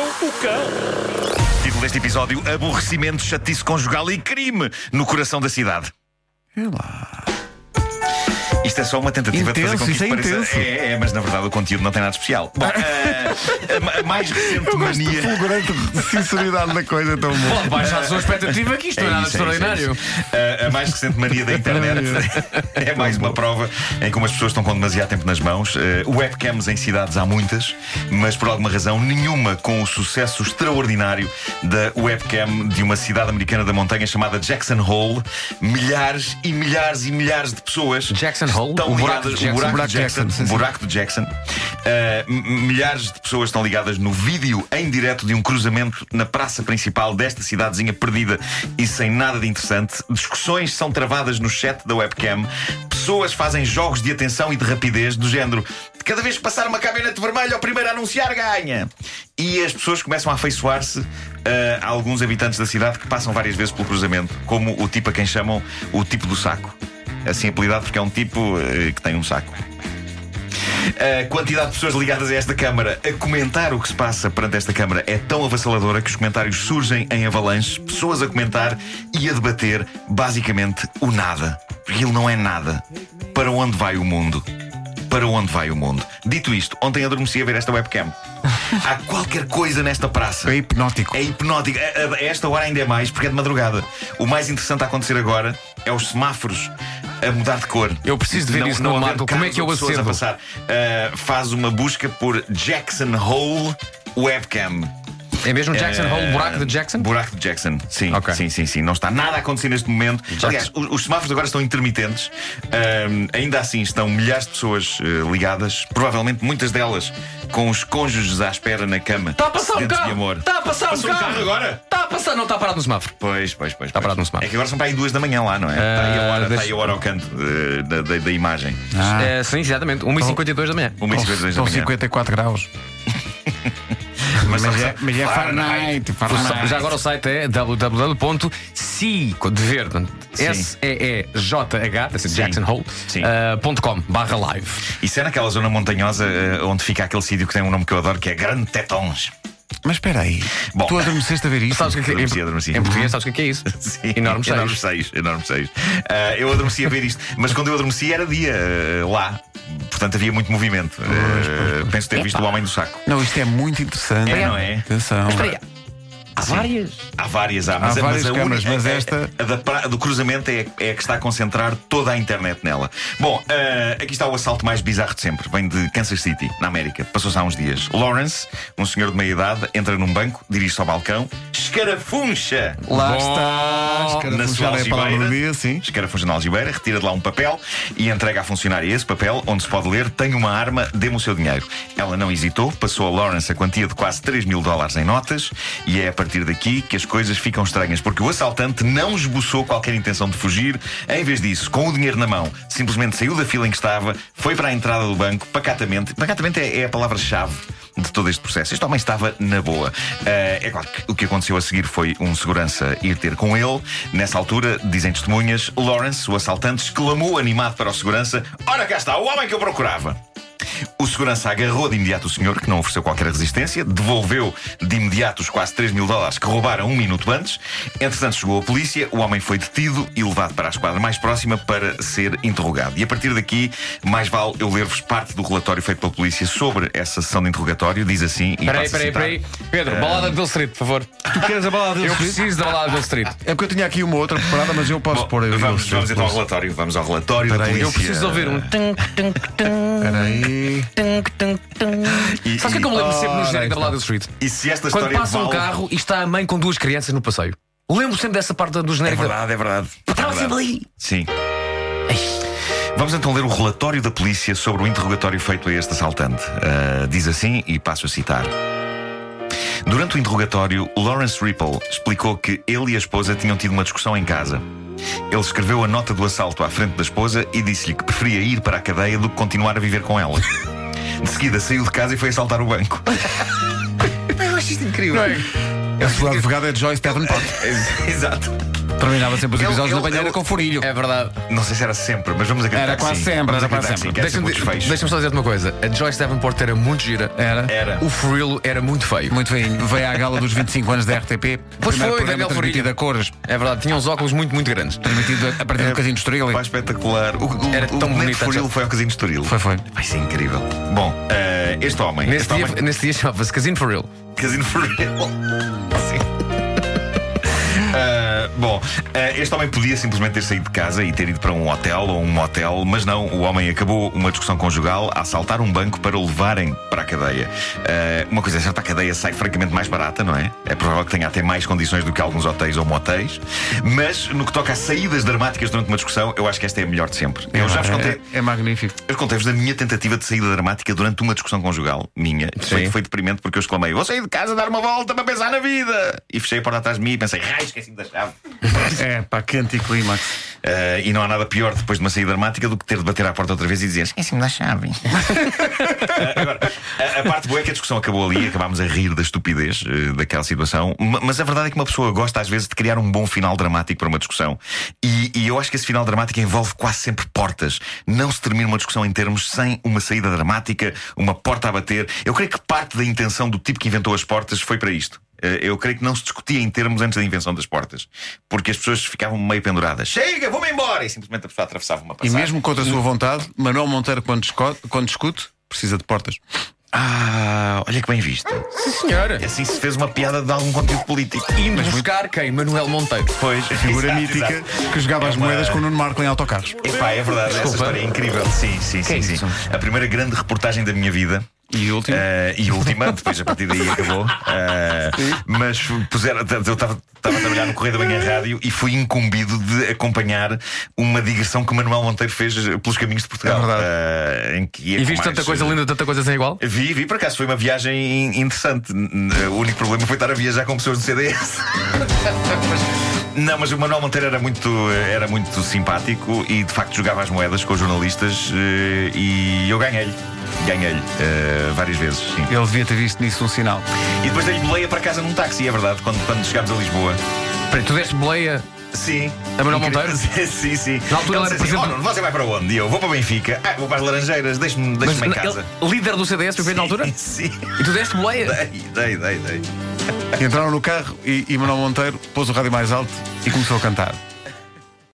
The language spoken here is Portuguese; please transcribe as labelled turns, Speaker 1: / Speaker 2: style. Speaker 1: cão.
Speaker 2: Título deste episódio: Aborrecimento, chatice conjugal e crime no coração da cidade. Isto é só uma tentativa de fazer com
Speaker 3: Intenso,
Speaker 2: que
Speaker 3: isto
Speaker 2: isto
Speaker 3: é
Speaker 2: pareça.
Speaker 3: intenso.
Speaker 2: É, é, mas na verdade o conteúdo não tem nada de especial. Bom, eh, a ma- a mais recente mania.
Speaker 3: fulgurante de sinceridade da coisa é tão boa.
Speaker 4: Pode baixar a sua expectativa que isto não é nada
Speaker 2: isso, isso,
Speaker 4: extraordinário.
Speaker 2: isso. A, a mais recente mania da internet é mais uma prova em como as pessoas estão com demasiado tempo nas mãos. Eh, webcams em cidades há muitas, mas por alguma razão nenhuma com o sucesso extraordinário da webcam de uma cidade americana da montanha chamada Jackson Hole. Milhares e milhares e milhares de pessoas
Speaker 4: Jackson Hole?
Speaker 2: estão
Speaker 4: O buraco
Speaker 2: ligadas
Speaker 4: de Jackson.
Speaker 2: o buraco
Speaker 3: Buraco
Speaker 2: de
Speaker 3: de
Speaker 2: Jackson,
Speaker 3: Jackson, sim, sim.
Speaker 2: buraco do Jackson. Uh, m- milhares de pessoas estão ligadas no vídeo em direto de um cruzamento na praça principal desta cidadezinha perdida e sem nada de interessante. Discussões são travadas no chat da webcam. Pessoas fazem jogos de atenção e de rapidez do género. "De Cada vez que passar uma caminhonete vermelha, o primeiro a anunciar ganha. E as pessoas começam a afeiçoar-se uh, a alguns habitantes da cidade que passam várias vezes pelo cruzamento, como o tipo a quem chamam o tipo do saco. Assim apelidado porque é um tipo eh, que tem um saco. A quantidade de pessoas ligadas a esta Câmara a comentar o que se passa perante esta Câmara é tão avassaladora que os comentários surgem em avalanches, pessoas a comentar e a debater basicamente o nada. Porque ele não é nada. Para onde vai o mundo? Para onde vai o mundo? Dito isto, ontem adormeci a ver esta webcam. Há qualquer coisa nesta praça.
Speaker 3: É hipnótico.
Speaker 2: É hipnótico. A, a- a esta hora ainda é mais, porque é de madrugada. O mais interessante a acontecer agora é os semáforos a mudar de cor.
Speaker 4: Eu preciso de ver isso no
Speaker 2: haver
Speaker 4: Marco. Como é
Speaker 2: carros
Speaker 4: que eu
Speaker 2: ou pessoas a
Speaker 4: acendo?
Speaker 2: passar. Ah, faz uma busca por Jackson Hole Webcam.
Speaker 4: É mesmo Jackson
Speaker 2: Eh,
Speaker 4: Hole, buraco de Jackson?
Speaker 2: Buraco de Jackson, sim.
Speaker 4: Ok.
Speaker 2: Sim, sim, sim. Não está nada a acontecer neste momento. Aliás, os, os semáforos agora estão intermitentes. Ahm, ainda assim, estão milhares de pessoas eh, ligadas, provavelmente muitas delas com os cônjuges à espera na cama.
Speaker 4: Está a passar um
Speaker 2: sedentos de
Speaker 4: carro!
Speaker 2: amor.
Speaker 4: Está a passar um
Speaker 2: Passou um
Speaker 4: carro!
Speaker 2: carro agora?
Speaker 4: Está a passar, não está parado no semáforo.
Speaker 2: Pois, pois, pois.
Speaker 4: Está
Speaker 2: pois.
Speaker 4: parado no semáforo.
Speaker 2: É que agora são para aí duas da manhã lá, não é? Está aí a hora, está aí a hora ao canto eh, da, da- da imagem.
Speaker 3: Ah.
Speaker 4: Eh, sim, exatamente. 1h52 da manhã.
Speaker 2: Ah. É, Oh. Uma e cinquenta e dois da
Speaker 3: Estão
Speaker 2: manhã.
Speaker 3: 54 graus.
Speaker 2: Mas,
Speaker 3: Mas
Speaker 2: só-
Speaker 3: é, mas é Fahrenheit.
Speaker 4: O sa-
Speaker 3: Fahrenheit.
Speaker 4: Já agora o site é www.cico de verde, s e e j h deve ser Jackson Hole,
Speaker 2: Sim.
Speaker 4: eh, ponto .com barra live.
Speaker 2: Isso é naquela zona montanhosa eh, onde fica aquele sítio que tem um nome que eu adoro, que é Grande Tetons.
Speaker 3: Mas espera aí.
Speaker 2: Bom.
Speaker 3: Tu adormeceste a ver isto?
Speaker 4: Sabes o que é que
Speaker 2: Adormeci,
Speaker 4: é?
Speaker 2: adormeci.
Speaker 4: Em, em português, sabes o que é isso?
Speaker 2: Sim,
Speaker 4: Enorme
Speaker 2: enormes
Speaker 4: seis.
Speaker 2: seis. Enormes seis. Ah, eu adormeci a ver isto, mas quando eu adormeci era dia eh, lá, portanto havia muito movimento. Eh, penso ter visto o Homem do Saco.
Speaker 3: Não, isto é muito interessante.
Speaker 2: É, não é?
Speaker 3: Atenção.
Speaker 4: Espera aí, Há
Speaker 2: Sim.
Speaker 4: várias.
Speaker 2: Há várias, há, mas,
Speaker 3: Há várias
Speaker 2: mas a
Speaker 3: câmaras,
Speaker 2: única-
Speaker 3: mas
Speaker 2: a- a-
Speaker 3: esta-
Speaker 2: a da pra- do cruzamento é, é a que está a concentrar toda a internet nela. Bom, ah, aqui está o assalto mais bizarro de sempre. Vem de Kansas City, na América. Passou-se há uns dias. Lawrence, um senhor de meia idade, entra num banco, dirige-se ao balcão, escarafuncha!
Speaker 3: Lá
Speaker 4: Bom,
Speaker 3: está.
Speaker 2: na sua
Speaker 3: Escarafunchar é a palavra
Speaker 2: algibeira.
Speaker 3: do dia, sim.
Speaker 2: Escarafuncha na algibeira, retira de lá um papel e entrega à funcionária esse papel, onde se pode ler: Tenho uma arma, dê-me o seu dinheiro. Ela não hesitou, passou a Lawrence a quantia de quase 3 mil dólares em notas, e é a partir daqui que as coisas ficam estranhas, porque o assaltante não esboçou qualquer intenção de fugir, em vez disso, com o dinheiro na mão, simplesmente saiu da fila em que estava, foi para a entrada do banco, pacatamente. Pacatamente é, é a palavra-chave de todo este processo. Este homem estava na boa. Eh, é claro que o que aconteceu a seguir foi um segurança ir ter com ele. Nessa altura, dizem testemunhas, Lawrence, o assaltante, exclamou animado para o segurança: Ora cá está, o homem que eu procurava. O segurança agarrou de imediato o senhor, que não ofereceu qualquer resistência, devolveu de imediato os quase 3 mil dólares que roubaram um minuto antes. Entretanto, chegou a polícia, o homem foi detido e levado para a esquadra mais próxima para ser interrogado. E a partir daqui, mais vale eu ler-vos parte do relatório feito pela polícia sobre essa sessão de interrogatório. Diz assim: e
Speaker 4: Espera aí,
Speaker 2: passo a
Speaker 4: espera aí,
Speaker 2: citar.
Speaker 4: espera aí. Pedro,
Speaker 2: Eh,
Speaker 4: balada do Street, por favor.
Speaker 3: Tu
Speaker 2: é
Speaker 3: queres a balada
Speaker 4: Eu preciso da balada do Street.
Speaker 3: É porque eu tinha aqui uma outra preparada, mas eu posso
Speaker 2: Bom,
Speaker 3: pôr. eu-
Speaker 2: vamos,
Speaker 3: eu-
Speaker 2: vamos
Speaker 3: eu-
Speaker 2: então ao relatório. Vamos ao relatório da
Speaker 3: Espera aí,
Speaker 2: polícia.
Speaker 4: Eu preciso de
Speaker 2: é-
Speaker 4: ouvir um. tung, tung, tung,
Speaker 3: Espera aí.
Speaker 4: tung, tung, tung.
Speaker 2: E, então.
Speaker 4: Sabes o que é que eu me lembro sempre no
Speaker 3: Ora,
Speaker 4: genérico da
Speaker 3: está.
Speaker 4: balada do Street?
Speaker 2: e se esta
Speaker 4: Quando
Speaker 2: história
Speaker 4: passa um
Speaker 2: vale-
Speaker 4: carro e está a mãe com duas crianças no passeio. Lembro sempre dessa parte do
Speaker 2: É
Speaker 4: genérico. da-
Speaker 2: verdade, é verdade. É
Speaker 4: Estava
Speaker 2: verdade.
Speaker 4: sempre ali.
Speaker 2: Sim. Vamos então ler o relatório da polícia sobre o interrogatório feito a este assaltante. Ah, diz assim, e passo a citar. Durante o interrogatório, Lawrence Ripple explicou que ele e a esposa tinham tido uma discussão em casa. Ele escreveu a nota do assalto à frente da esposa e disse-lhe que preferia ir para a cadeia do que continuar a viver com ela. De seguida, saiu de casa e foi assaltar o banco. Eu acho isto incrível.
Speaker 3: é A sua advogada é Joyce Davenport.
Speaker 2: Ex- Exato.
Speaker 3: Terminava sempre os
Speaker 2: Ele-
Speaker 3: episódios na
Speaker 2: ele-
Speaker 3: banheira
Speaker 2: ele-
Speaker 3: com furilho.
Speaker 4: É verdade.
Speaker 2: Não sei se era sempre, mas vamos acreditar
Speaker 3: Era
Speaker 2: que
Speaker 3: quase
Speaker 2: sim.
Speaker 3: sempre,
Speaker 2: Vamos
Speaker 3: era quase
Speaker 2: acreditar que sim, que é
Speaker 4: Deixa-me
Speaker 2: sempre um desfecho.
Speaker 4: deixa só dizer-te uma coisa. A Joyce Davenport era muito gira.
Speaker 3: Era.
Speaker 2: Era.
Speaker 4: O Furilo era muito feio.
Speaker 3: Muito bem. Veio à gala dos 25 anos da RTP.
Speaker 4: Pois
Speaker 3: primeiro
Speaker 4: foi,
Speaker 3: programa
Speaker 4: Daniel
Speaker 3: transmitido
Speaker 4: Furilho.
Speaker 3: a cores.
Speaker 4: É verdade, tinha uns óculos muito, muito grandes.
Speaker 3: Transmitido a partir do Casino de Estoril.
Speaker 2: Pá, espetacular. O, o,
Speaker 4: Era
Speaker 2: o
Speaker 4: tão
Speaker 2: Neto
Speaker 4: bonito,
Speaker 2: Furilo
Speaker 4: essa-
Speaker 2: foi ao Casino de Estoril.
Speaker 3: Foi, foi.
Speaker 2: Vai ser incrível. Bom, eh, este homem.
Speaker 4: Nesse
Speaker 2: este
Speaker 4: dia,
Speaker 2: homem,
Speaker 4: nesse dia chamava-se Casino Furilo.
Speaker 2: Casino Furilo. Sim. Eh, bom, eh, este homem podia simplesmente ter saído de casa e ter ido para um hotel ou um motel, mas não, o homem acabou uma discussão conjugal a assaltar um banco para o levarem para a cadeia. Eh, uma coisa é certa, a cadeia sai francamente mais barata, não é? É provável que tenha até mais condições do que alguns hotéis ou motéis, mas no que toca a saídas dramáticas durante uma discussão, eu acho que esta é a melhor de sempre. Eu já vos contei.
Speaker 3: É, é magnífico.
Speaker 2: Eu contei-vos da minha tentativa de saída dramática durante uma discussão conjugal minha. que Foi, foi deprimente porque eu exclamei: Vou sair de casa dar uma volta para pensar na vida. E fechei a porta atrás de mim e pensei: Ai, esqueci-me da chave.
Speaker 3: É, pá, que anticlímax.
Speaker 2: Eh, e não há nada pior depois de uma saída dramática do que ter de bater à porta outra vez e dizer: Esqueci-me da chave. Eh, agora, a, a parte boa é que a discussão acabou ali, acabámos a rir da estupidez eh, daquela situação. Ma- mas a verdade é que uma pessoa gosta às vezes de criar um bom final dramático para uma discussão. E, e eu acho que esse final dramático envolve quase sempre portas. Não se termina uma discussão em termos sem uma saída dramática, uma porta a bater. Eu creio que parte da intenção do tipo que inventou as portas foi para isto. Eh, Eu creio que não se discutia em termos antes da invenção das portas, porque as pessoas ficavam meio penduradas. Chega, vou-me embora! E simplesmente a pessoa atravessava uma
Speaker 3: E
Speaker 2: passagem.
Speaker 3: mesmo contra a sua vontade, Manuel Monteiro, quando disco- quando discute, precisa de portas.
Speaker 2: Ah, olha que bem visto.
Speaker 4: Sim, senhora.
Speaker 2: E assim se fez uma piada de algum conteúdo político.
Speaker 4: Indo buscar quem? Manuel Monteiro.
Speaker 2: Pois,
Speaker 3: Figura
Speaker 2: exato,
Speaker 3: mítica
Speaker 2: exato.
Speaker 3: que jogava
Speaker 2: É
Speaker 3: as
Speaker 2: uma-
Speaker 3: moedas com o Nuno Marco em autocarros.
Speaker 2: Epá, é verdade, essa história é incrível. Sim, sim, sim,
Speaker 4: é
Speaker 2: sim.
Speaker 4: isso?
Speaker 2: A primeira grande reportagem da minha vida.
Speaker 3: E o último.
Speaker 2: eh, e última, depois a partir daí acabou. Eh, mas puseram, eu estava estava a trabalhar no Correio da Manhã Rádio e fui incumbido de acompanhar uma digressão que Manuel Monteiro fez pelos caminhos de Portugal.
Speaker 3: É verdade.
Speaker 2: eh, em que ia
Speaker 4: E
Speaker 2: com
Speaker 4: viste
Speaker 2: mais,
Speaker 4: tanta coisa
Speaker 2: eh,
Speaker 4: linda, tanta coisa sem igual?
Speaker 2: Vi, vi, por acaso foi uma viagem in- interessante. N- n- O único problema foi estar a viajar com pessoas do CDS. Mas- Não, mas o Manuel Monteiro era muito, era muito simpático e de facto jogava as moedas com os jornalistas eh, e eu ganhei-lhe. Ganhei-lhe eh, várias vezes, sim.
Speaker 3: Ele devia ter visto nisso um sinal.
Speaker 2: E depois dei-lhe boleia para casa num táxi, é verdade, quando, quando chegámos a Lisboa.
Speaker 4: Espera, tu deste boleia.
Speaker 2: Sim.
Speaker 4: A Manuel
Speaker 2: Incrível.
Speaker 4: Monteiro?
Speaker 2: sim, sim.
Speaker 4: Na altura
Speaker 2: Ele
Speaker 4: ele era
Speaker 2: disse assim,
Speaker 4: presidente-
Speaker 2: "Oh, Nuno, você vai para onde? E eu vou para Benfica. Ah, vou para as Laranjeiras, deixe-me deixe em
Speaker 4: na-
Speaker 2: casa.
Speaker 4: ele- líder do CDS, primeiro na altura?
Speaker 2: Sim.
Speaker 4: E tu deste boleia?
Speaker 2: Dei, dei, dei, dei.
Speaker 3: É. Entraram no carro e, e Manuel Monteiro pôs o rádio mais alto e começou a cantar.